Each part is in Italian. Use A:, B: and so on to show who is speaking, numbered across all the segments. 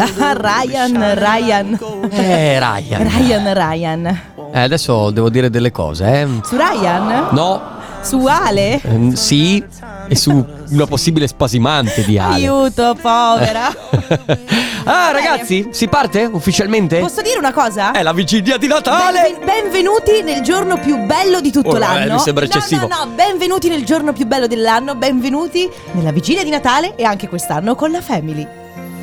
A: Ryan, Ryan.
B: Eh, Ryan.
A: Ryan, Ryan.
B: Eh, adesso devo dire delle cose, eh.
A: Su Ryan?
B: No,
A: Su Ale?
B: ehm, sì, e su una possibile spasimante di Ale. Eh.
A: Aiuto, povera.
B: ah, ragazzi, si parte ufficialmente?
A: Posso dire una cosa?
B: È la vigilia di Natale!
A: Benven- benvenuti nel giorno più bello di tutto
B: Oh, eh,
A: l'anno.
B: mi sembra
A: no,
B: eccessivo.
A: No, no, benvenuti nel giorno più bello dell'anno, benvenuti nella vigilia di Natale e anche quest'anno con la Family.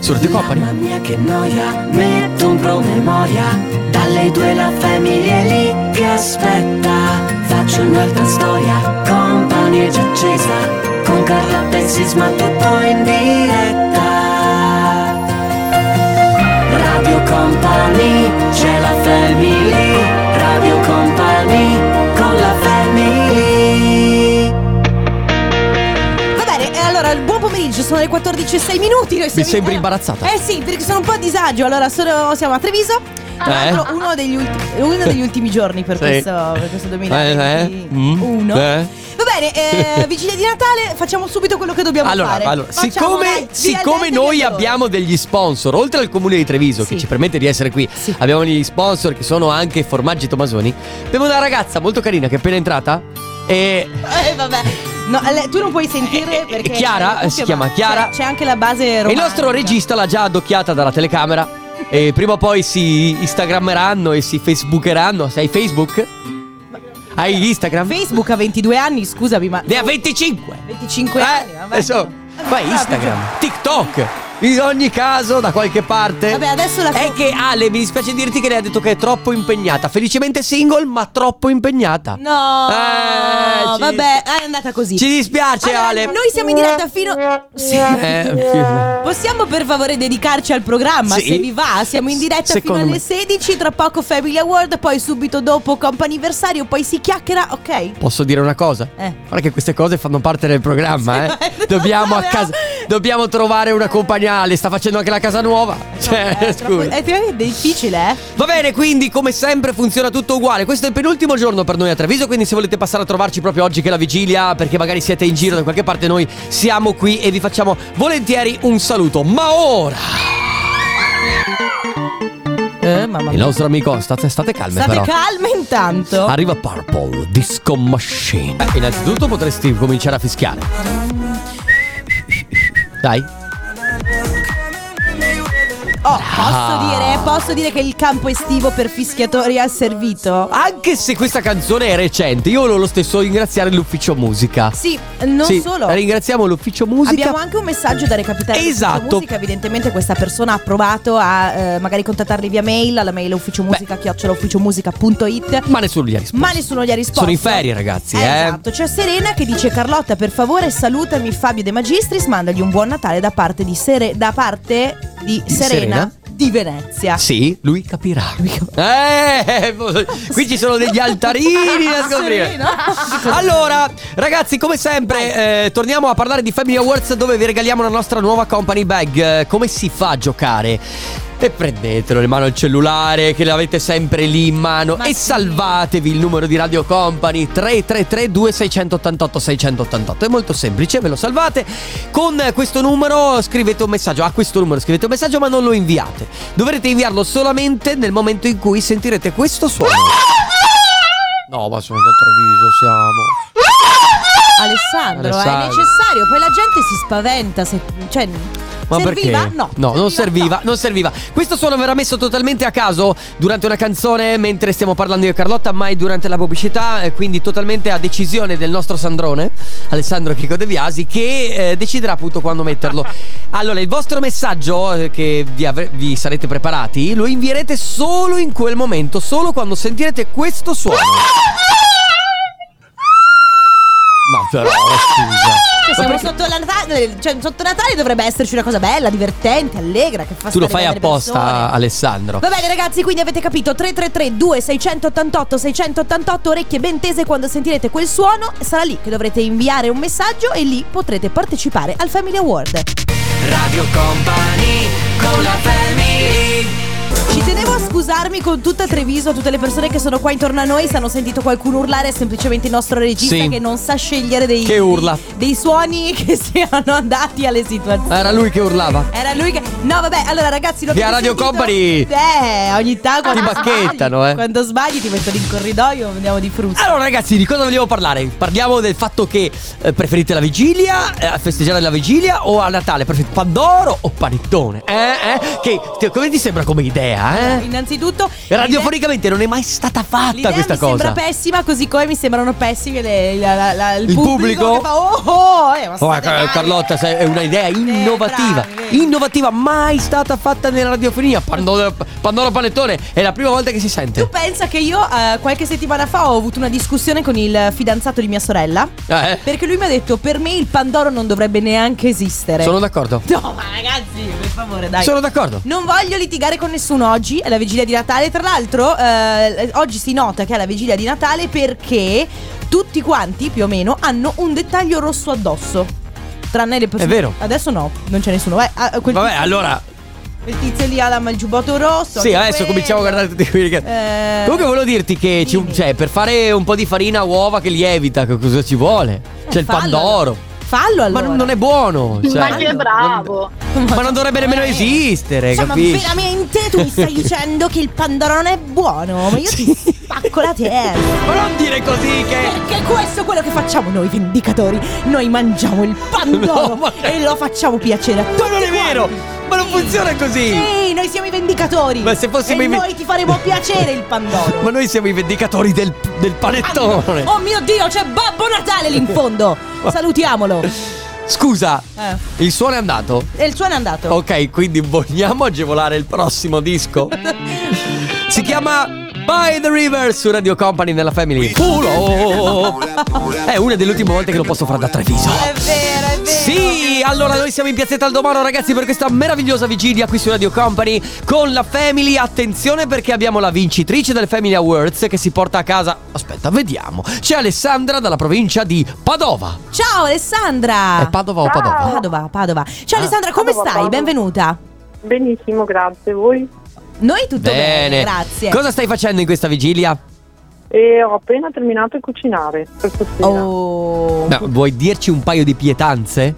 B: Sur di Company.
C: Mamma mia che noia, metto un promemoria Dalle due la famiglia è lì che aspetta Faccio un'altra storia, compagnia già accesa Con Carla Bensisma tutto in diretta Radio Company, c'è la family Radio Company, con la family
A: Va bene, e allora buon pomeriggio, sono le 14 e 6 minuti. Noi siamo in-
B: sembri
A: eh,
B: imbarazzata.
A: Eh sì, perché sono un po' a disagio. Allora, sono- siamo a Treviso. Tra
B: Eh.
A: l'altro, uno degli, ulti- uno degli ultimi giorni per,
B: Sì.
A: questo, per questo
B: Eh, eh,
A: 2021.
B: mm, eh.
A: Va bene, eh, vigilia di Natale, facciamo subito quello che dobbiamo
B: Allora,
A: fare.
B: allora,
A: Facciamo,
B: siccome,
A: dai, via
B: siccome
A: gente, via
B: noi
A: loro.
B: abbiamo degli sponsor, oltre al comune di Treviso
A: Sì.
B: che ci permette di essere qui,
A: Sì.
B: abbiamo degli sponsor che sono anche Formaggi Tomasoni. Abbiamo una ragazza molto carina che è appena entrata. E
A: Eh, vabbè. No, le- tu non puoi sentire
B: Eh,
A: perché.
B: Chiara,
A: eh,
B: si chiama Chiara.
A: C'è, c'è anche la base
B: e il
A: romanica.
B: nostro regista l'ha già addocchiata dalla telecamera. E prima o poi si Instagrammeranno e si Facebookeranno. Sei Facebook? Hai Instagram?
A: Facebook ha 22 anni, scusami, ma.
B: ne ha 25!
A: 25
B: Eh,
A: anni, vabbè.
B: adesso vai
A: Ah,
B: Instagram, TikTok. In ogni caso, da qualche parte.
A: Vabbè, adesso la
B: È che Ale, mi dispiace dirti che lei ha detto che è troppo impegnata. Felicemente single, ma troppo impegnata.
A: No,
B: Eh, ci-
A: vabbè, è andata così.
B: Ci dispiace,
A: Allora,
B: Ale.
A: Noi siamo in diretta fino. Sì.
B: Eh,
A: Possiamo per favore dedicarci al programma
B: Sì.
A: se vi va? Siamo in diretta
B: Secondo
A: fino
B: me.
A: alle 16, tra poco Family Award, poi subito dopo Comp'anniversario, poi si chiacchiera, ok?
B: posso dire una cosa?
A: Eh.
B: Guarda che queste cose fanno parte del programma,
A: Sì,
B: eh.
A: ma-
B: Dobbiamo a
A: no.
B: casa. Dobbiamo trovare una compagnia. Ale sta facendo anche la casa nuova. Cioè,
A: Eh, troppo-
B: scusa.
A: È veramente difficile, eh?
B: Va bene, quindi come sempre funziona tutto uguale. Questo è il penultimo giorno per noi a Treviso, quindi se volete passare a trovarci proprio oggi che è la vigilia, perché magari siete in giro da qualche parte, noi siamo qui e vi facciamo volentieri un saluto. Ma ora
A: Eh, mamma
B: il
A: mia.
B: nostro amico, state, state calme
A: State
B: però.
A: calme intanto.
B: Arriva Purple Disco Machine. Eh, innanzitutto potresti cominciare a fischiare. Dai.
A: Oh, posso dire, posso dire che il campo estivo per fischiatori ha servito?
B: Anche se questa canzone è recente, io volevo lo stesso ringraziare l'ufficio musica.
A: Sì, non
B: Sì,
A: solo.
B: Ringraziamo l'ufficio musica.
A: Abbiamo anche un messaggio da recapitare di
B: Esatto.
A: Ufficio musica, evidentemente questa persona ha provato a eh, magari contattarli via mail, alla mail ufficiomusica chiocciolaufficiomusica.it.
B: Ma nessuno gli ha risposto.
A: Ma nessuno gli ha risposto.
B: Sono in ferie, ragazzi, eh.
A: Esatto. C'è Serena che dice: Carlotta, per favore, salutami Fabio De Magistris. Mandagli un buon Natale da parte di, Sere- da parte di Serena,
B: Serena.
A: di Venezia.
B: Sì, lui capirà. Eh, qui ci sono degli altarini da scoprire.
A: Serena.
B: Allora, ragazzi, come sempre, eh, torniamo a parlare di Family Awards dove vi regaliamo la nostra nuova company bag. Eh, Come si fa a giocare? E prendetelo in mano il cellulare che l'avete sempre lì in mano
A: Ma
B: e
A: sì.
B: salvatevi il numero di Radio Company 333 2688 688. È molto semplice, ve lo salvate. Con questo numero scrivete un messaggio, a questo numero scrivete un messaggio ma non lo inviate. Dovrete inviarlo solamente nel momento in cui sentirete questo suono. No, ma sono da Treviso, siamo.
A: Alessandro,
B: Alessandro.
A: è necessario. Poi la gente si spaventa. Se, cioè,
B: Ma
A: serviva?
B: perché?
A: No.
B: non serviva,
A: no.
B: non serviva. Questo suono verrà messo totalmente a caso durante una canzone, mentre stiamo parlando io e Carlotta, mai durante la pubblicità, eh, quindi totalmente a decisione del nostro Sandrone, Alessandro Chico De Biasi, che eh, deciderà appunto quando metterlo. Allora, il vostro messaggio eh, che vi, avre- vi sarete preparati lo invierete solo in quel momento, solo quando sentirete questo suono. Ma però, scusa.
A: Cioè,
B: Ma
A: siamo
B: perché-
A: sotto la Natale, cioè, sotto Natale dovrebbe esserci una cosa bella, divertente, allegra, che fa
B: Tu lo
A: stare bene
B: fai
A: le
B: apposta,
A: persone.
B: Alessandro.
A: Va bene ragazzi, quindi avete capito 333 2688 688 orecchie ben tese quando sentirete quel suono, sarà lì che dovrete inviare un messaggio e lì potrete partecipare al Family Award.
B: Radio Company con la family.
A: Ci tenevo a scusare confrontarmi con tutta Treviso, tutte le persone che sono qua intorno a noi, se hanno sentito qualcuno urlare, è semplicemente il nostro regista
B: Sì.
A: che non sa scegliere dei,
B: Che urla.
A: dei suoni che siano andati alle situazioni.
B: Era lui che urlava.
A: Era lui che. No, vabbè, allora ragazzi, lo
B: Via Radio Company!
A: Eh, ogni tanto.
B: Ti
A: quando
B: bacchettano,
A: sbagli-
B: eh.
A: Quando sbagli ti mettono in corridoio, andiamo di frutta.
B: Allora ragazzi, di cosa vogliamo parlare? Parliamo del fatto che eh, preferite la vigilia, eh, a festeggiare la vigilia o a Natale? Preferite Pandoro o panettone? Eh, eh? Che ti- come ti sembra come idea, eh?
A: Innanzitutto. l'idea-
B: Radiofonicamente non è mai stata fatta
A: L'idea
B: questa
A: mi
B: cosa.
A: sembra pessima, così come mi sembrano pessimi le- la- la- la- il,
B: Il
A: pubblico,
B: pubblico?
A: che fa oh oh, eh, ma
B: Oh, eh,
A: state male."
B: Carlotta, sai, è un'idea innovativa,
A: Eh, bravi, vero.
B: innovativa, mai stata fatta nella radiofonia. Pandoro, Pandoro Panettone è la prima volta che si
A: Tu
B: sente.
A: pensa che io eh, qualche settimana fa ho avuto una discussione con il fidanzato di mia sorella?
B: Eh,
A: Perché lui mi ha detto per me il Pandoro non dovrebbe neanche esistere.
B: sono d'accordo.
A: No, ma ragazzi, per favore, dai.
B: Sono d'accordo.
A: Non voglio litigare con nessuno oggi, è la vigilia di Natale. Tra l'altro, eh, oggi si nota che è la vigilia di Natale perché tutti quanti, più o meno, hanno un dettaglio rosso addosso. Tranne le persone.
B: È vero.
A: Adesso no, non c'è nessuno. Beh, ah, quel
B: Vabbè,
A: tizio lì-
B: allora.
A: Quel tizio lì ha la- il giubbotto rosso.
B: Sì,
A: anche
B: adesso
A: quello.
B: cominciamo a guardare tutti quelli che.
A: Eh,
B: Comunque volevo dirti che ci-
A: dimmi.
B: cioè, per fare un po' di farina uova che lievita, che cosa ci vuole?
A: Eh,
B: C'è il
A: fallo
B: pandoro.
A: allora. Fallo
B: Ma
A: allora.
B: non non è buono. cioè,
D: Ma che
B: non-
D: bravo!
B: ma non dovrebbe nemmeno
A: Eh.
B: esistere,
A: Insomma,
B: capisci?
A: veramente tu mi stai dicendo che il pandoro non è buono? Ma io ti spacco la terra.
B: Ma non dire così che.
A: Perché questo è quello che facciamo noi vendicatori. Noi mangiamo il pandoro
B: No, ma-
A: e lo facciamo piacere a tutti.
B: Ma non è vero!
A: quanti.
B: Ma non
A: Sì.
B: funziona così!
A: Sì, noi siamo i vendicatori.
B: Ma se fossimo
A: e
B: i ve-
A: noi ti faremo piacere il pandoro.
B: Ma noi siamo i vendicatori del, del panettone.
A: Oh mio Dio, c'è Babbo Natale lì in fondo. Salutiamolo.
B: Scusa,
A: Eh.
B: il suono è andato.
A: E il suono è andato.
B: Ok, quindi vogliamo agevolare il prossimo disco. si chiama By the River su Radio Company nella Family. Culo! è una delle ultime volte che lo posso fare da Treviso.
A: È vero, è vero.
B: Sì, allora noi siamo in piazzetta al domano ragazzi per questa meravigliosa vigilia qui su Radio Company con la Family. Attenzione perché abbiamo la vincitrice del Family Awards che si porta a casa. Aspetta, vediamo. C'è Alessandra dalla provincia di Padova.
A: Ciao Alessandra.
B: È Padova o Padova?
A: Ah, Padova, Padova. Ciao
B: Ah.
A: Alessandra, come
D: Padova,
A: stai?
D: Padova.
A: Benvenuta.
D: Benissimo, grazie. Voi?
A: Noi tutto bene, grazie.
B: Cosa stai facendo in questa vigilia?
D: E ho appena terminato di cucinare per stasera.
A: Oh.
B: No, vuoi dirci un paio di pietanze?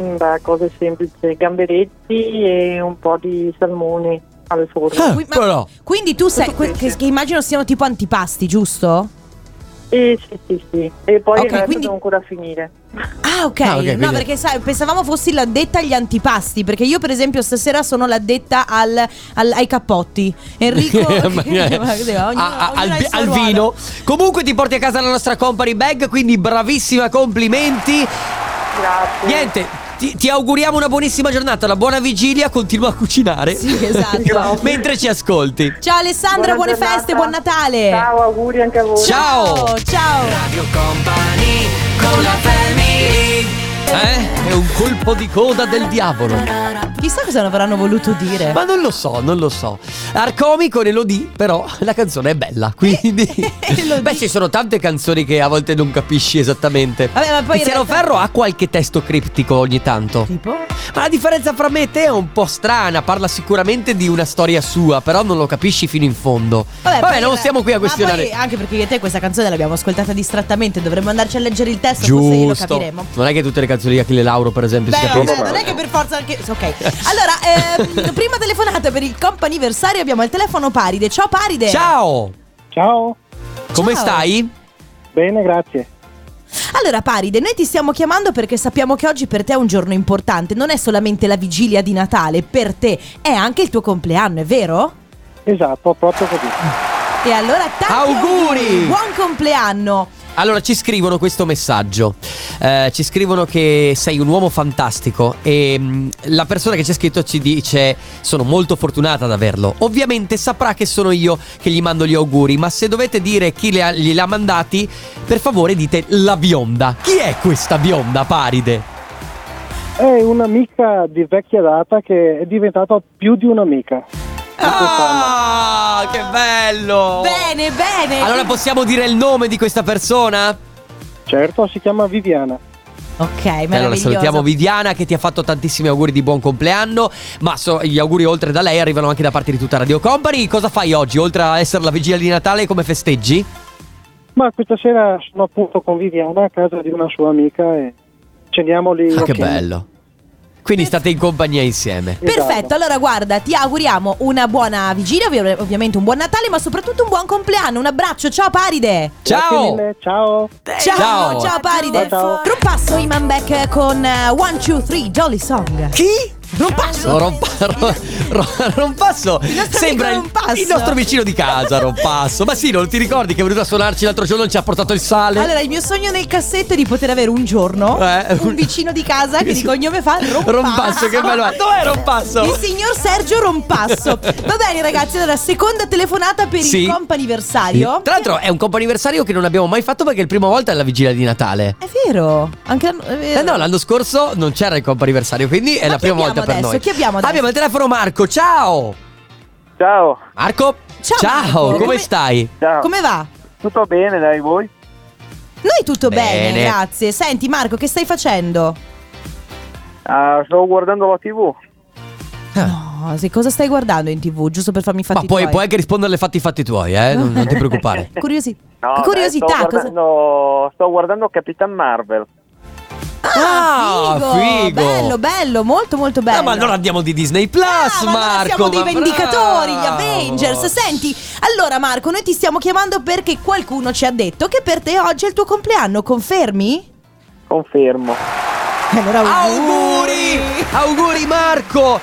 D: Mm, Beh, cose semplici, gamberetti e un po' di salmone al forno.
B: Ah.
A: Qui- ma-
B: Però.
A: Quindi tu sei. que- che, che immagino siano tipo antipasti, giusto?
D: E sì, sì, sì. E poi
A: Ok,
D: il resto
A: quindi-
D: devo ancora finire.
A: Ah, ok.
B: Ah,
A: no,
B: ok, quindi-
A: perché sai, pensavamo fossi l'addetta agli antipasti. Perché io, per esempio, stasera sono l'addetta al, al- ai cappotti. Enrico.
B: Ma-
A: Ma- ognuno-
B: a- a-
A: ognuno ha
B: al,
A: il suo
B: al
A: ruolo.
B: vino. Comunque ti porti a casa la nostra company bag, quindi bravissima, complimenti.
D: Grazie.
B: Niente, ti, ti auguriamo una buonissima giornata, una buona vigilia, continua a cucinare.
A: Sì, esatto.
D: Grazie.
B: Mentre ci ascolti.
A: Ciao
D: Buona
A: Alessandra, buone
D: giornata.
A: feste, buon Natale.
D: Ciao, auguri anche a voi.
B: Ciao.
A: Ciao. ciao.
B: con la Eh? È un colpo di coda del diavolo.
A: Chissà cosa avranno voluto dire.
B: Ma non lo so, non lo so. Arcomi con Elodie, però la canzone è bella, quindi...
A: Elodie.
B: Beh, ci sono tante canzoni che a volte non capisci esattamente.
A: Vabbè, ma poi in
B: Tiziano
A: realtà-
B: Ferro ha qualche testo criptico ogni tanto.
A: Tipo?
B: Ma la differenza fra me e te è un po' strana, parla sicuramente di una storia sua, però non lo capisci fino in fondo. Vabbè,
A: poi-
B: non stiamo qui a
A: ma
B: questionare.
A: poi, anche perché io e te questa canzone l'abbiamo ascoltata distrattamente, dovremmo andarci a leggere il testo, forse glielo
B: Giusto.
A: capiremo.
B: Non è che tutte le canzoni di Achille Lauro, per esempio, si
A: Beh,
B: capiscono.
A: vabbè, non è che per forza anche. Ok. Allora, ehm, prima telefonata per il comp'anniversario abbiamo al telefono Paride. Ciao Paride.
B: Ciao!
E: Ciao,
B: Come
A: Ciao.
B: stai?
E: bene, grazie.
A: Allora, Paride, noi ti stiamo chiamando perché sappiamo che oggi per te è un giorno importante. Non è solamente la vigilia di Natale, per te è anche il tuo compleanno, è vero?
E: Esatto, proprio così.
A: E allora tanti
B: Auguri!
A: Buon compleanno!
B: Allora ci scrivono questo messaggio. Eh, ci scrivono che sei un uomo fantastico e mh, la persona che ci ha scritto ci dice sono molto fortunata ad averlo. Ovviamente saprà che sono io che gli mando gli auguri, ma se dovete dire chi le ha- gliel'ha mandati, per favore dite la bionda. Chi è questa bionda paride?
E: È un'amica di vecchia data che è diventata più di un'amica.
B: Ah, che bello!
A: Bene, bene!
B: Allora possiamo dire il nome di questa persona?
E: Certo, si chiama Viviana.
A: Ok,
B: E Eh, allora
A: meraviglioso.
B: salutiamo Viviana che ti ha fatto tantissimi auguri di buon compleanno, ma so- gli auguri oltre da lei arrivano anche da parte di tutta Radio Company. Cosa fai oggi? Oltre a essere la vigilia di Natale, come festeggi?
E: Ma questa sera sono appunto con Viviana a casa di una sua amica e ceniamo lì.
B: Ah, che
E: insieme.
B: bello. Quindi state in compagnia insieme.
E: Esatto.
A: Perfetto, allora guarda, ti auguriamo una buona vigilia, ovvi- ovviamente un buon Natale, ma soprattutto un buon compleanno. Un abbraccio, ciao Paride!
E: Grazie
B: Ciao!
E: mille, ciao!
A: Ciao, ciao,
B: Ciao.
A: Paride!
E: Ciao, ciao.
A: Trompasso Iman Beck con eh, One, Two, Three, Jolly Song.
B: Chi?
A: Rompasso!
B: Oh, rompa- ro- ro- Rompasso
A: nostro
B: sembra
A: amico
B: il,
A: Rompasso.
B: il nostro vicino di casa, Rompasso. Ma sì, non ti ricordi che è venuto a suonarci l'altro giorno e ci ha portato il sale?
A: Allora, il mio sogno nel cassetto è di poter avere un giorno
B: Eh,
A: un vicino di casa che di cognome fa Rompasso.
B: Rompasso, che bello. Ma Dov'è Rompasso?
A: Il signor Sergio Rompasso. Va bene, ragazzi, allora seconda telefonata per
B: Sì.
A: il comp anniversario.
B: Tra l'altro è un comp'anniversario che non abbiamo mai fatto perché è la prima volta è la vigilia di Natale.
A: È vero, anche l'anno- è vero.
B: Eh no, l'anno scorso non c'era il comp'anniversario, quindi
A: Ma
B: è la
A: chi
B: prima
A: abbiamo
B: volta per
A: adesso?
B: noi.
A: Chi abbiamo adesso?
B: Abbiamo il telefono Marco, ciao!
F: Ciao,
B: Marco?
A: Ciao, Marco.
B: come,
A: Come-
B: stai?
F: ciao.
A: Come va?
F: Tutto bene, dai voi?
A: Noi tutto bene.
B: Bene.
A: grazie. Senti Marco, che stai facendo?
F: Ah, stavo guardando la TV.
A: No, se cosa stai guardando in tv? Giusto per farmi fatti
B: Eh. Ma puoi,
A: tuoi.
B: puoi anche rispondere alle fatti i fatti tuoi, eh? Non, non ti preoccupare.
A: Curiosi-
F: No, dai,
A: curiosità.
F: sto
E: eh,
A: cosa-
F: guardando, sto guardando Capitan Marvel.
A: Ah,
B: Ah,
A: figo,
B: figo.
A: Bello, bello, molto molto bello.
B: Ah, ma allora andiamo di Disney Plus,
A: Ah, ma allora
B: Marco.
A: siamo dei
B: ma
A: vendicatori, gli
B: bravo.
A: Avengers. Senti, allora Marco, noi ti stiamo chiamando perché qualcuno ci ha detto che per te oggi è il tuo compleanno, confermi?
F: Confermo.
A: E Allora,
B: Auguri! Auguri Marco!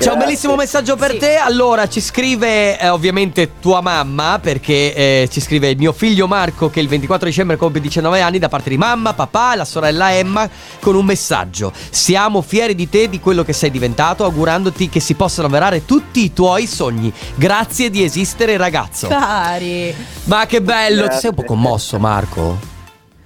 B: C'è un
F: Grazie.
B: bellissimo messaggio per
A: Sì.
B: te. Allora, ci scrive eh, ovviamente tua mamma, perché eh, ci scrive mio figlio Marco che il 24 dicembre compie 19 anni da parte di mamma, papà e la sorella Emma con un messaggio. Siamo fieri di te, di quello che sei diventato, augurandoti che si possano avverare tutti i tuoi sogni. Grazie di esistere ragazzo.
A: Cari.
B: Ma che bello, ti
F: Grazie.
B: sei un po' commosso Marco?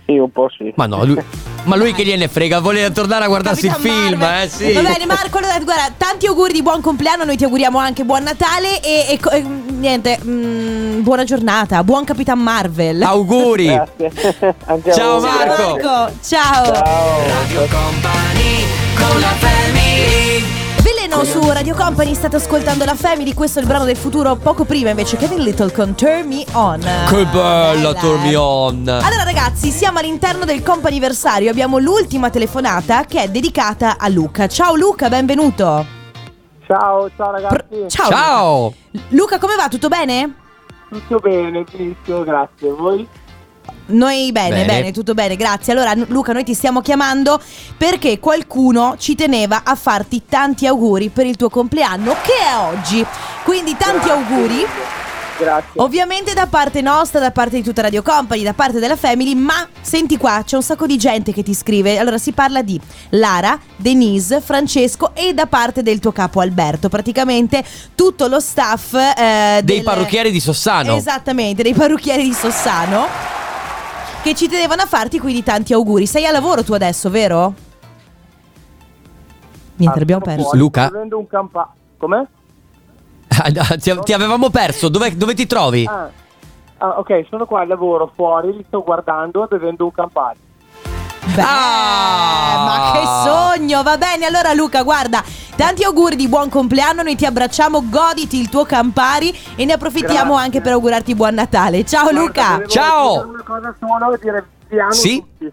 F: Sì, un po' sì.
B: Ma no, lui, ma lui che gliene frega, voleva tornare a guardarsi
A: Capitan
B: il film,
A: Marvel.
B: eh sì.
A: Va bene, Marco. Allora, guarda, tanti auguri di buon compleanno. Noi ti auguriamo anche buon Natale. E, e co- e, mm, niente, mm, buona giornata. Buon Capitan Marvel.
B: Auguri.
A: Eh.
F: Grazie. Anche a
B: Ciao,
F: voi,
B: Marco.
F: grazie.
A: Marco, ciao. Oh.
F: Ciao.
A: Veleno su Radio Company. State ascoltando la Family. Questo è il brano del futuro. Poco prima invece, Kevin Little con Turn Me On.
B: Che bella
A: On.
B: Tormion.
A: eh. Allora ragazzi, siamo all'interno del comp anniversario, abbiamo l'ultima telefonata che è dedicata a Luca. Ciao Luca, benvenuto.
E: Ciao, ciao
A: Pr- ciao. Luca.
B: Ciao.
A: Luca, come va? Tutto bene?
E: tutto bene, benissimo, grazie. Voi?
A: Noi bene, bene,
B: Bene.
A: tutto bene, grazie. Allora n- Luca, noi ti stiamo chiamando perché qualcuno ci teneva a farti tanti auguri per il tuo compleanno che è oggi. Quindi tanti auguri.
E: Grazie.
A: Ovviamente da parte nostra, da parte di tutta Radio Company, da parte della Family, ma senti qua, c'è un sacco di gente che ti scrive. Allora si parla di Lara, Denise, Francesco e da parte del tuo capo Alberto, praticamente tutto lo staff eh,
B: Dei
A: del-
B: parrucchieri di Sossano.
A: Esattamente, dei parrucchieri di Sossano che ci tenevano a farti quindi tanti auguri. Sei a lavoro tu adesso, vero?
E: Ah,
A: Niente, l'abbiamo perso.
B: Luca?
E: Prendo un campa... Com'è?
B: Ah, ti, ti avevamo perso. Dove, dove ti trovi?
E: Ah. ah, ok, sono qua al lavoro, fuori, li sto guardando e bevendo un campano.
A: Beh,
B: Ah!
A: ma che sogno! Va bene, allora Luca, guarda, tanti auguri di buon compleanno, noi ti abbracciamo, goditi il tuo Campari e ne approfittiamo
E: Grazie.
A: anche per augurarti buon Natale. Ciao Oh, Luca!
B: Ciao!
E: Una cosa solo e dire piano
B: Sì.
E: tutti.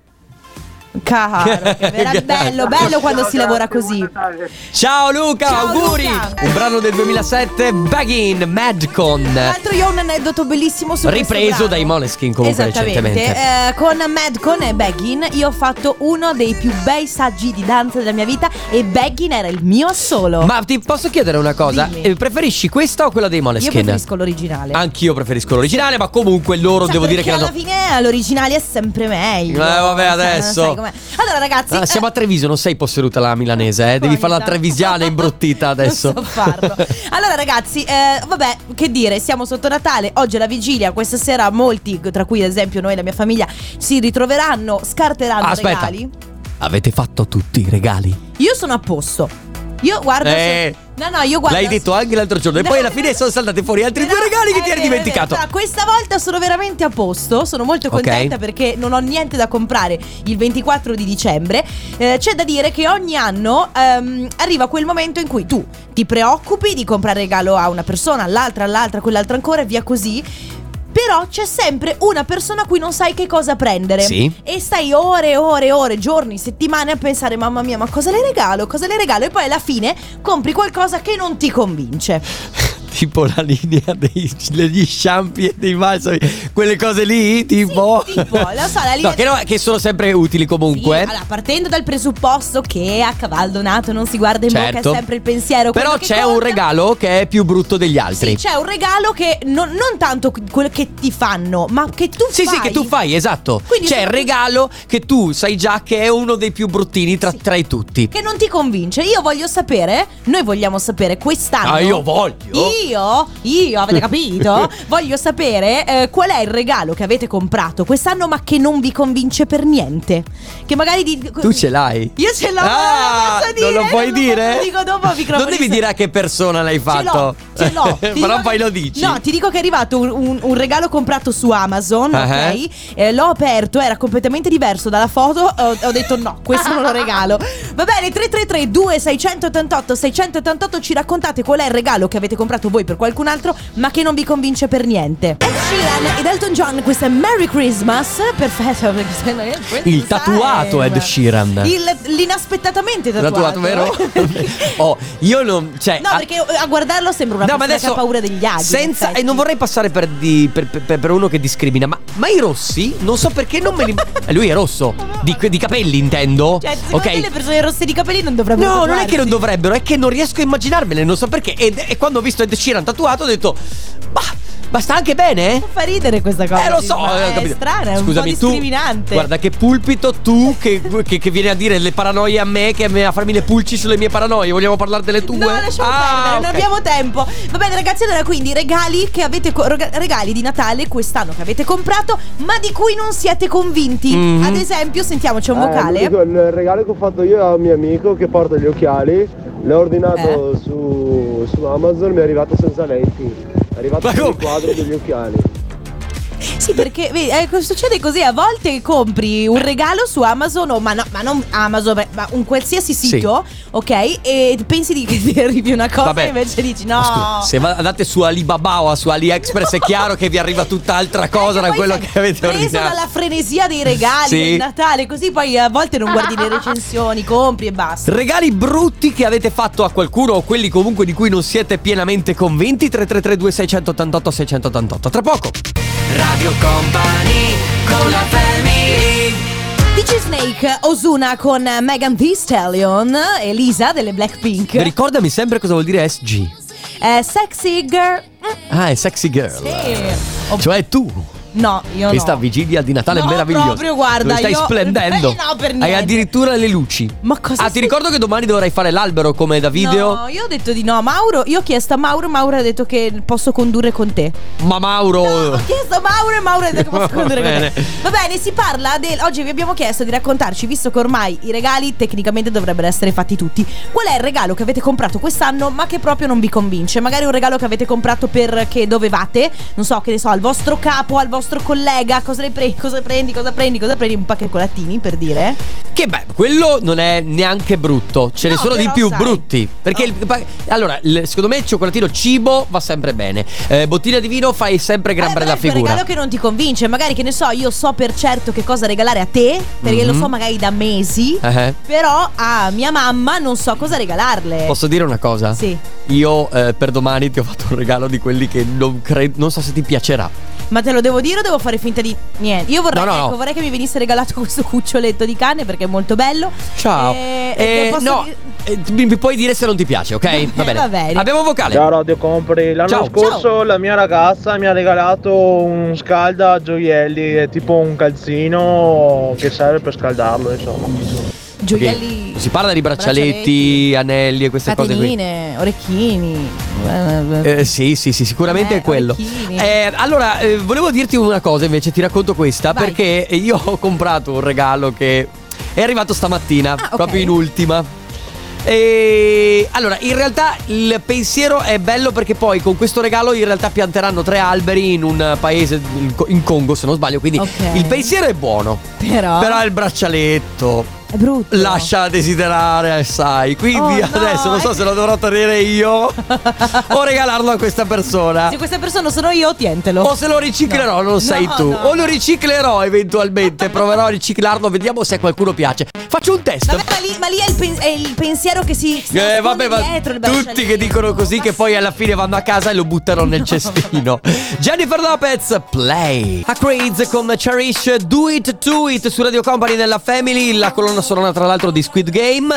A: Caro, che vera-
B: Grazie.
A: bello, bello quando
E: Ciao,
A: si lavora
E: grazie,
A: così.
E: buon Natale.
B: Ciao Luca,
A: Ciao,
B: auguri.
A: Luca.
B: Un brano del 2007, Baggin,
A: Tra
B: Madcon.
A: l'altro io ho un aneddoto bellissimo su questo
B: Ripreso
A: brano.
B: dai Moleskin comunque
A: Esattamente.
B: recentemente.
A: Eh, con Madcon e Baggin io ho fatto uno dei più bei saggi di danza della mia vita e Baggin era il mio solo.
B: Ma ti posso chiedere una cosa?
A: Dimmi.
B: Eh, Preferisci questa o quella dei
A: io
B: Moleskin?
A: preferisco l'originale.
B: Anch'io preferisco l'originale, ma comunque loro
A: Sai,
B: devo dire
A: perché
B: che hanno.
A: alla fine l'originale è sempre meglio.
B: Eh, vabbè,
A: Sai, non
B: adesso.
A: sai com'è. allora, ragazzi,
B: Ah, siamo
A: eh,
B: a Treviso, non sei posseduta la milanese, eh? Devi fare la
A: Esatto.
B: trevisiana imbruttita adesso.
A: Non so farlo. Allora, ragazzi, eh, vabbè, che dire, siamo sotto Natale, oggi è la vigilia, questa sera molti, tra cui ad esempio noi e la mia famiglia, si ritroveranno, scarteranno
B: Aspetta.
A: regali.
B: Avete fatto tutti i regali.
A: Io sono a posto. Io guardo.
B: Eh.
A: se- No, no, io guardo.
B: L'hai detto anche l'altro giorno. E poi alla fine sono saltati fuori altri due regali che
A: È
B: ti eri
A: vero, è vero.
B: dimenticato.
A: Allora, questa volta sono veramente a posto. Sono molto
B: Ok.
A: contenta perché non ho niente da comprare il 24 di dicembre. Eh, c'è da dire che ogni anno ehm, arriva quel momento in cui tu ti preoccupi di comprare regalo a una persona, all'altra, all'altra, a quell'altra ancora e via così. Però c'è sempre una persona a cui non sai che cosa prendere.
B: Sì.
A: E stai ore, ore, ore, giorni, settimane a pensare, mamma mia, ma cosa le regalo? Cosa le regalo? E poi alla fine compri qualcosa che non ti convince.
B: Tipo la linea dei- degli sciampi e dei balsami, quelle cose lì, tipo.
A: Sì, tipo, lo so, la linea-
B: No, che, no, che sono sempre utili comunque.
A: Sì, allora, partendo dal presupposto che a cavallo nato non si guarda in bocca,
B: Certo.
A: è sempre il pensiero.
B: Però
A: quello che
B: c'è
A: conta.
B: un regalo che è più brutto degli altri.
A: Sì, c'è un regalo che non, non tanto quello che ti fanno, ma che tu
B: Sì,
A: fai.
B: sì, che tu fai, esatto.
A: Quindi
B: C'è
A: se-
B: il regalo che tu sai già che è uno dei più bruttini tra,
A: Sì.
B: tra i tutti.
A: Che non ti convince. Io voglio sapere, noi vogliamo sapere quest'anno.
B: Ah, io voglio.
A: Io, io, avete capito? voglio sapere eh, qual è il regalo che avete comprato quest'anno, ma che non vi convince per niente. Che magari di-
B: Tu ce l'hai.
A: Io ce l'ho, ma
B: Ah,
A: non lo posso dire,
B: Non lo puoi
A: non lo
B: dire?
A: posso- dico dopo a microfono
B: Non devi
A: di-
B: dire a che persona l'hai fatto.
A: Ce l'ho, ce l'ho. Ti
B: Però
A: dico-
B: poi lo dici.
A: No, ti dico che è arrivato un, un- un regalo comprato su Amazon,
B: Ah,
A: ok? Eh, l'ho aperto, era completamente diverso dalla foto. Ho, ho detto no, questo non lo regalo. Va bene, 333 688 688 ci raccontate qual è il regalo che avete comprato voi per qualcun altro, ma che non vi convince per niente. Ed Sheeran ed Elton John, questo è Merry Christmas. Perfetto, perché se no io- questo
B: Il
A: lo
B: tatuato
A: sai.
B: Ed Sheeran.
A: Il- l'inaspettatamente
B: L'ha
A: tatuato.
B: vero? oh, io non. Cioè,
A: No,
B: a-
A: perché eh, a guardarlo sembra una
B: No, ma
A: persona
B: adesso.
A: che ha paura degli aghi. cioè, in
B: Senza. E non
A: effetti.
B: vorrei passare per, di- per- per- per uno che discrimina. Ma, ma i rossi? Non so perché non me li. Eh, Lui è rosso. Di, di capelli, intendo.
A: Cioè, secondo
B: ok.
A: te le persone rosse di capelli non dovrebbero
B: No, non è che non
A: tatuarsi?
B: dovrebbero, è che non riesco a immaginarmele, non so perché. Ed- E, quando ho visto Ed Sheeran tatuato ho detto, bah, ma sta anche bene? eh?"
A: Non fa ridere questa cosa.
B: Eh lo so,
A: ma
B: eh, ho
A: è
B: capito.
A: strana, è
B: Scusami,
A: un po' discriminante.
B: Tu, guarda che pulpito tu che, che, che vieni a dire le paranoie a me, che a farmi le pulci sulle mie paranoie. Vogliamo parlare delle tue?
A: No, lasciamo perdere, non
B: Ah, ok.
A: abbiamo tempo. Va bene, ragazzi, allora quindi regali che avete co- roga- regali di Natale quest'anno che avete comprato, ma di cui non siete convinti.
B: Mhm.
A: Ad esempio, sentiamoci un
G: Eh,
A: vocale.
G: dico, il regalo che ho fatto io a un mio amico che porta gli occhiali, l'ho
A: Eh.
G: ordinato su, su Amazon, mi è arrivato senza lenti. È arrivato
B: Ma
G: con il
H: oh.
B: come?
G: quadro degli occhiali.
A: Sì, perché vedi, eh, succede così, a volte compri un regalo su Amazon o ma, no, ma non Amazon, beh, ma un qualsiasi
B: Sì.
A: sito, ok? E pensi di che ti arrivi una cosa
B: Vabbè.
A: e invece dici no.
B: Ma scusa, se va- andate su Alibaba o su AliExpress è chiaro che vi arriva tutt'altra cosa
A: Anche
B: da
A: Eh, poi
B: quello
A: sai,
B: che avete
A: Preso
B: ordinato.
A: dalla frenesia dei regali
B: Sì.
A: del Natale, così poi a volte non guardi le recensioni, compri e basta.
B: Regali brutti che avete fatto a qualcuno o quelli comunque di cui non siete pienamente convinti 3332 688 688 Tra poco Radio Company con la
A: DJ Snake, Osuna con Megan Thee Stallion, Elisa delle Blackpink,
B: Ricordami sempre cosa vuol dire SG
A: eh, Sexy Girl. Mm,
B: Ah è sexy girl
A: Sì. Oh,
B: Cioè tu
A: No, io no.
B: Questa vigilia di Natale
A: No,
B: meravigliosa
A: proprio, guarda,
B: Dove Stai
A: io-
B: splendendo
A: Eh, no, per
B: Hai
A: niente.
B: addirittura le luci
A: Ma cosa
B: Ah ti
A: sei-
B: ricordo che domani dovrai fare l'albero come da video
A: No, io ho detto di no. Mauro, io ho chiesto a Mauro, Mauro ha detto che posso condurre con te.
B: Ma Mauro
A: Ho chiesto a Mauro e Mauro ha detto che posso
B: Va
A: condurre con te.
B: bene.
A: Va bene, si parla del. Oggi vi abbiamo chiesto di raccontarci, visto che ormai i regali tecnicamente dovrebbero essere fatti tutti. Qual è il regalo che avete comprato quest'anno, ma che proprio non vi convince? Magari un regalo che avete comprato perché dovevate, non so, che ne so, al vostro capo, al vostro collega, cosa, ne pre- cosa prendi, cosa prendi, cosa prendi, un pacchetto colattini per dire.
B: Che beh, quello non è neanche brutto, ce ne
A: No,
B: sono di
A: però
B: più
A: sai.
B: brutti. Perché il- pa- allora, il- secondo me il cioccolatino cibo va sempre bene. Eh, bottiglia di vino fai sempre gran
A: Eh, però
B: bella
A: è quel
B: figura.
A: regalo che non ti convince, magari che ne so, io so per certo che cosa regalare a te, perché lo
B: Mhm.
A: so magari da mesi,
B: Eh, eh.
A: però a mia mamma non so cosa regalarle.
B: Posso dire una cosa?
A: Sì,
B: Io eh, per domani ti ho fatto un regalo di quelli che non, cre- non so se ti piacerà.
A: ma te lo devo dire o devo fare finta di niente? Io vorrei,
B: No, no,
A: ecco,
B: no.
A: vorrei che mi venisse regalato questo cuccioletto di cane perché è molto bello.
B: Ciao.
A: Eh,
B: Eh,
A: posso
B: no,
A: dire-
B: eh, mi, mi puoi dire se non ti piace, ok?
A: Va bene, va bene.
B: Abbiamo un vocale.
G: Ciao Radio Compri, l'anno
B: Ciao.
G: scorso la mia ragazza mi ha regalato un scalda gioielli, è tipo un calzino che serve per scaldarlo insomma.
B: Perché
A: Gioielli.
B: Si parla di braccialetti, anelli e queste cose qui.
A: Catenine, orecchini.
B: Eh, sì, sì, sì, sicuramente
A: Eh,
B: è quello.
A: orecchini.
B: Eh, allora, eh, volevo dirti una cosa invece, ti racconto questa,
A: Vai.
B: perché io ho comprato un regalo che è arrivato stamattina,
A: Ah, ok.
B: proprio in ultima. E allora, in realtà il pensiero è bello perché poi con questo regalo in realtà pianteranno tre alberi in un paese in Co- in Congo, se non sbaglio, quindi
A: Ok.
B: il pensiero è buono.
A: Però-
B: Però il braccialetto
A: È brutto.
B: Lascia a desiderare, assai.
A: Oh,
B: Quindi
A: no,
B: adesso non so
A: eh.
B: se lo dovrò tenere io o regalarlo a questa persona.
A: Se questa persona sono io, tientelo.
B: O se lo riciclerò,
A: No.
B: non lo sai
A: No,
B: tu.
A: no.
B: O lo riciclerò eventualmente. Proverò a riciclarlo, vediamo se a qualcuno piace. Faccio un test.
A: Vabbè, ma lì, ma lì è, il pen- è il pensiero che si. si nasconde
B: Eh, vabbè, ma
A: dietro il
B: tutti
A: braccialetto.
B: che dicono così,
A: Ma
B: che poi
A: sì.
B: alla fine vanno a casa e lo buttano nel cestino. Jennifer Lopez, play. A Craze con Cherish, do it to it su Radio Company nella Family, la colonna sonora tra l'altro di Squid Game.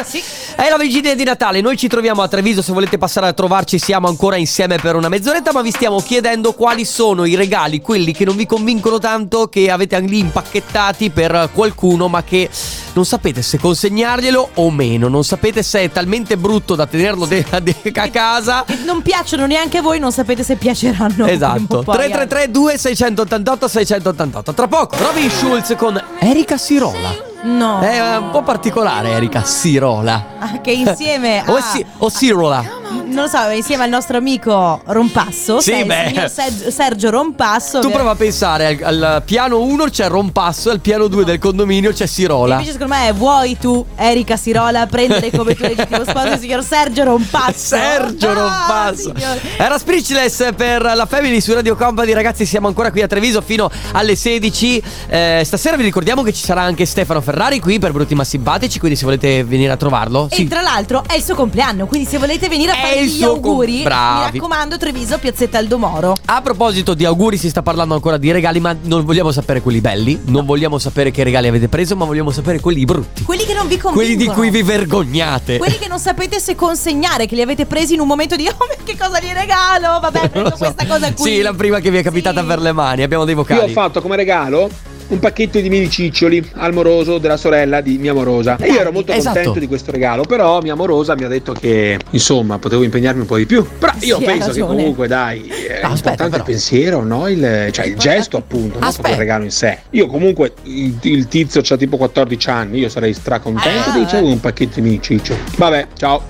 B: È la vigilia di Natale, noi ci troviamo a Treviso, se volete passare a trovarci siamo ancora insieme per una mezz'oretta, ma vi stiamo chiedendo quali sono i regali, quelli che non vi convincono tanto, che avete lì impacchettati per qualcuno, ma che non sapete se consegnarglielo o meno, non sapete se è talmente brutto da tenerlo de- de- a casa.
A: Che non piacciono neanche a voi, non sapete se piaceranno.
B: Esatto,
A: Poi,
B: 333 2688 688 Tra poco Robin Schulz con Erika Sirola.
A: eh. No.
B: È un po' particolare Erika Sirola.
A: Ah, Che insieme.
B: o,
A: a-
B: si- o Sirola.
A: Non lo so, insieme al nostro amico Rompasso.
B: Sì,
A: sai, il
B: beh.
A: signor Ser- Sergio Rompasso.
B: Tu
A: che-
B: prova a pensare al, al piano 1 c'è Rompasso, al piano 2 del condominio c'è Sirola.
A: Invece secondo me è vuoi tu, Erika Sirola, prendere come tuo legittimo sposo il signor Sergio Rompasso.
B: Sergio
A: Ah,
B: Rompasso.
A: signore.
B: Era Speechless per la Family su Radio Company. Ragazzi, siamo ancora qui a Treviso fino alle 16. Eh, stasera vi ricordiamo che ci sarà anche Stefano Ferrari qui per Brutti Ma Simpatici. Quindi, se volete venire a trovarlo,
A: E tra l'altro è il suo compleanno, quindi se volete venire a
B: È
A: fare
B: il
A: gli
B: suo com-
A: auguri, mi
B: Bravi.
A: raccomando, Treviso, Piazzetta Aldomoro.
B: A proposito di auguri, si sta parlando ancora di regali, ma non vogliamo sapere quelli belli, non vogliamo sapere che regali avete preso, ma vogliamo sapere quelli brutti.
A: Quelli che non vi convincono.
B: Quelli di cui vi vergognate.
A: Quelli che non sapete se consegnare, che li avete presi in un momento di oh, ma che cosa gli regalo? Vabbè,
B: Non
A: prendo
B: lo so.
A: questa cosa qui.
B: Sì, la prima che vi è capitata
A: Sì.
B: per le mani. Abbiamo dei vocali.
I: Io ho fatto come regalo un pacchetto di mini ciccioli al moroso della sorella di mia morosa. E io ero molto
B: Esatto.
I: contento di questo regalo, però mia morosa mi ha detto che insomma potevo impegnarmi un po' di più. Però io
A: Sì, ha
I: penso che
A: ragione.
I: comunque dai, è
B: No, aspetta,
I: importante
B: però.
I: il pensiero, no? il, cioè il gesto appunto, non
B: Aspetta.
I: solo il regalo in sé. Io comunque il, il tizio c'ha tipo 14 anni, io sarei stracontento
A: Ah,
I: di ricevere
A: eh.
I: un pacchetto di mini ciccioli. Vabbè, ciao.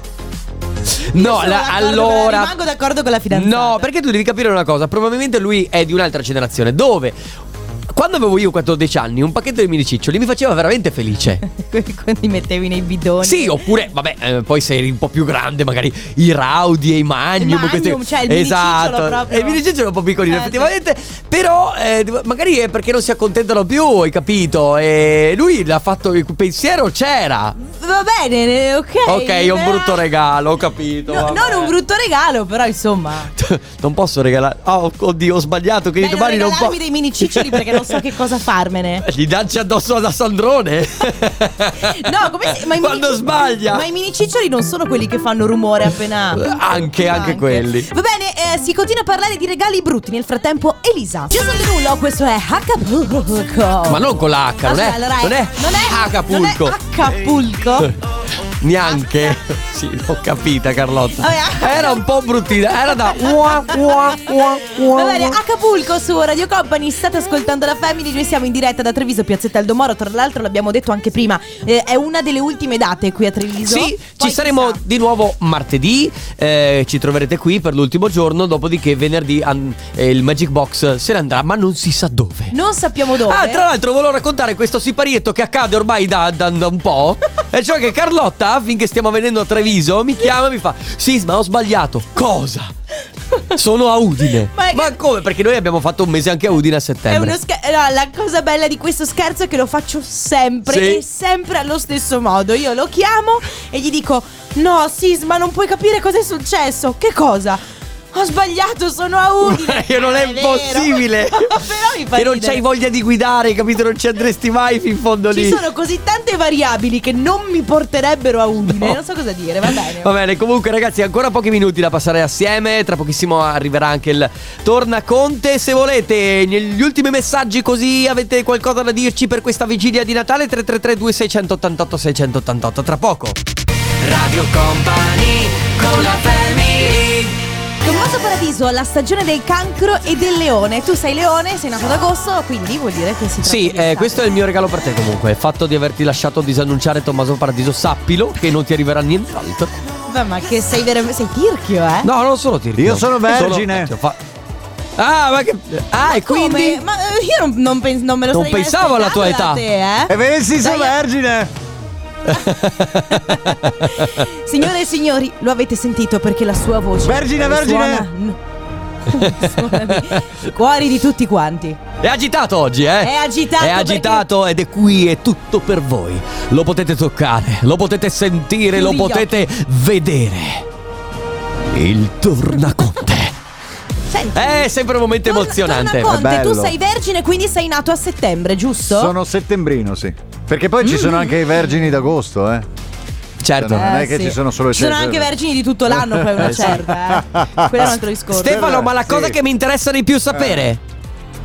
B: No,
A: Sono
B: la-
A: d'accordo,
B: allora.
A: rimango d'accordo con la fidanzata.
B: No, perché tu devi capire una cosa. Probabilmente lui è di un'altra generazione. Dove? Quando avevo io 14 anni, un pacchetto di miniciccioli mi faceva veramente felice.
A: Quelli che li mettevi nei bidoni.
B: Sì, oppure, vabbè, eh, poi sei un po' più grande, magari i Raudi e i Magnum. Esatto.
A: Il Magnum, cioè il minicicciolo proprio.
B: E il minicicciolo è un po' piccolino,
A: Eh,
B: effettivamente. Però, eh, devo- magari è perché non si accontentano più, hai capito? E lui l'ha fatto, il pensiero c'era.
A: Va bene, ne- ok.
B: Ok, è un
A: però-
B: brutto regalo, ho capito.
A: eh. No,
B: vabbè.
A: non un brutto regalo, però insomma.
B: Non posso regalare. Oh, oddio, ho sbagliato. Quindi
A: Beh,
B: domani
A: non
B: non posso.
A: regalarmi dei mini ciccioli perché non so che cosa farmene.
B: Gli danci addosso da Sandrone.
A: No, come se, ma i mini-
B: Quando sbaglia. Eh,
A: Ma i mini ciccioli non sono quelli che fanno rumore appena.
B: Anche, anche quelli.
A: Va bene, eh, si continua a parlare di regali brutti. Nel frattempo, Elisa. Io sono Derulo, questo è Acapulco.
B: Ma non con la H, non,
A: Aspetta,
B: è,
A: allora
B: non è.
A: non è
B: Acapulco.
A: Non è ah, Acapulco.
B: Neanche. Sì, l'ho capita, Carlotta.
A: Vabbè,
B: Era un po' bruttina. Era da. Ua, ua, ua, ua.
A: Va bene, Acapulco su Radio Company, state ascoltando la Family, noi siamo in diretta da Treviso, Piazzetta Aldomoro, tra l'altro l'abbiamo detto anche prima, eh, è una delle ultime date qui a Treviso.
B: Sì,
A: Poi
B: ci saremo
A: chissà.
B: di nuovo martedì, eh, ci troverete qui per l'ultimo giorno, dopodiché venerdì an- eh, il Magic Box se ne andrà, ma non si sa dove.
A: Non sappiamo dove.
B: Ah, tra l'altro volevo raccontare questo siparietto che accade ormai da, da- da un po'. e cioè che Carlotta, finché stiamo venendo a Treviso, mi chiama e mi fa: Sisma, ho sbagliato. Cosa? Sono a Udine.
A: Ma
B: Ma,
A: è-
B: come? Perché noi abbiamo fatto un mese anche a Udine a
A: È
B: settembre.
A: uno scherzo. la cosa bella di questo scherzo è che lo faccio sempre
B: Sì.
A: e sempre allo stesso modo. Io lo chiamo e gli dico: No, Sisma, non puoi capire cosa è successo. Che cosa? Ho sbagliato, sono a Udine.
B: Che non è,
A: Ah, vero.
B: possibile.
A: Però mi fa
B: Che non
A: ridere.
B: c'hai voglia di guidare, capito? Non ci andresti mai fin in fondo
A: Ci
B: lì.
A: sono così tante variabili che non mi porterebbero a Udine.
B: No.
A: Non so cosa dire, va bene.
B: Oh. Va bene, comunque ragazzi, ancora pochi minuti da passare assieme. Tra pochissimo arriverà anche il Torna Conte. Se volete, negli ultimi messaggi così avete qualcosa da dirci per questa vigilia di Natale 333 2688 688 tra poco. Radio Company con la
A: Con Mondo Paradiso appeso alla stagione del cancro e del leone. Tu sei leone, sei nato ad agosto, quindi vuol dire che si tratta
B: Sì,
A: di
B: eh,
A: estate.
B: questo è il mio regalo per te comunque. Il fatto di averti lasciato disannunciare Tommaso Paradiso, sappilo che non ti arriverà nient'altro.
A: Beh, ma che sei veramente. Sei tirchio, eh?
B: No, non sono tirchio.
H: Io sono vergine.
B: Solo- Eh, fa- Ah, ma che. Ah, e
A: Come?
B: quindi.
A: Ma eh, io non, non pens- non me lo
B: Non
A: sarei mai
B: pensavo alla tua
A: aspettata da te, eh?
H: E vedi, sei
A: Dai,
H: vergine!
A: eh? Signore e signori, lo avete sentito perché la sua voce.
H: Vergine, vergine!
A: risuona- Suonami. Cuori di tutti quanti.
B: È agitato oggi, eh?
A: È agitato
B: È agitato ed è qui, è tutto per voi. Lo potete toccare, lo potete sentire, lo
A: Chiudi gli
B: potete vedere. Il tornaconte.
A: Senti.
B: È sempre un momento
A: Torna-
B: Eh, emozionante.
A: torna Conte,
H: È
A: tu
H: bello.
A: sei vergine, quindi sei nato a settembre, giusto? Mm.
H: Sono settembrino, sì. Perché poi ci sono anche i vergini d'agosto, eh.
B: Certo.
H: non è che
A: Eh, sì.
H: ci sono solo i
A: Ci sono
H: cervelli.
A: anche vergini di tutto l'anno, poi una
H: Eh, sì.
A: certa. eh. Quello è un altro discorso.
B: Stefano, ma la
H: Sì.
B: cosa che mi interessa di più sapere.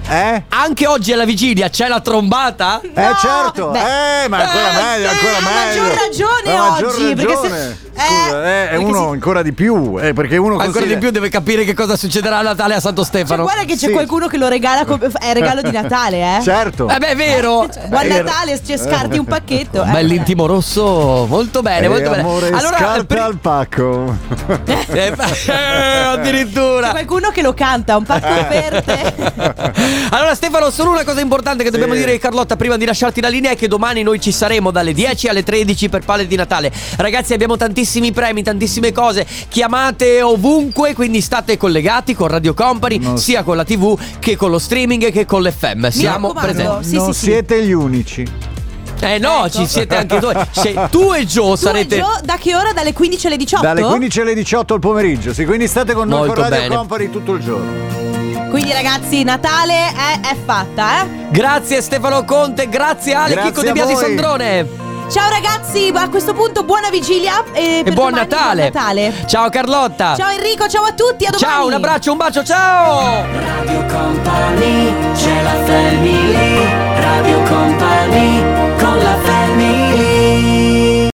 H: Eh?
B: Anche oggi alla vigilia c'è la trombata?
H: eh certo,
A: beh.
H: eh, ma ancora
B: Eh,
H: meglio,
B: sì,
H: ancora
A: ha
H: meglio.
A: maggior ragione
H: Ha maggior
A: oggi, perché se-
H: ragione.
A: eh,
H: Scusa, eh, è
A: perché
H: uno
A: se-
H: ancora di più, eh, perché uno
B: Ancora di
H: considera-
B: più deve capire che cosa succederà a Natale a Santo
A: Cioè,
B: Stefano.
A: guarda che c'è
H: Sì.
A: qualcuno che lo regala come è regalo di Natale, eh.
H: Certo.
B: Eh beh, è vero.
A: Buon
H: vero.
A: Natale, ci scarti un pacchetto. eh.
B: Bell'intimo rosso, molto bene,
H: Eh,
B: molto bene.
H: Ecco. amore,
B: allora,
H: scarta
B: pri-
H: al pacco.
B: eh, eh,
A: C'è
B: addirittura.
A: qualcuno che lo canta, un
H: Eh.
A: pacco per te.
B: Allora Stefano, solo una cosa importante che dobbiamo
H: Sì.
B: dire a Carlotta prima di lasciarti la linea è che domani noi ci saremo dalle 10 alle 13 per Palle di Natale. Ragazzi abbiamo tantissimi premi, tantissime cose, chiamate ovunque, quindi state collegati con Radio Company,
H: Non-
B: sia con la TV che con lo streaming che con l'FM. Siamo
A: raccomando.
B: presenti.
A: sì,
H: non
A: sì, sì.
H: siete gli unici.
B: Eh no,
A: Ecco.
B: ci siete anche voi. Se tu e Joe
A: Tu e
B: sarete.
A: Gio, da che ora? Dalle 15 alle 18?
H: Dalle 15 alle 18 al pomeriggio, sì, quindi state con noi
B: Molto
H: con Radio
B: bene.
H: Company tutto il giorno.
A: Quindi ragazzi, Natale è, è fatta, eh.
B: Grazie Stefano Conte, grazie Ale
H: Grazie
B: Chicco De
H: a
B: Biasi
H: voi.
B: Sandrone.
A: Ciao ragazzi, a questo punto buona vigilia e,
B: E
A: per
B: buon
A: domani
B: Natale.
A: Buon Natale.
B: Ciao Carlotta.
A: Ciao Enrico, ciao a tutti, a domani.
B: Ciao, un abbraccio, un bacio, ciao.
C: Radio Company, c'è la famiglia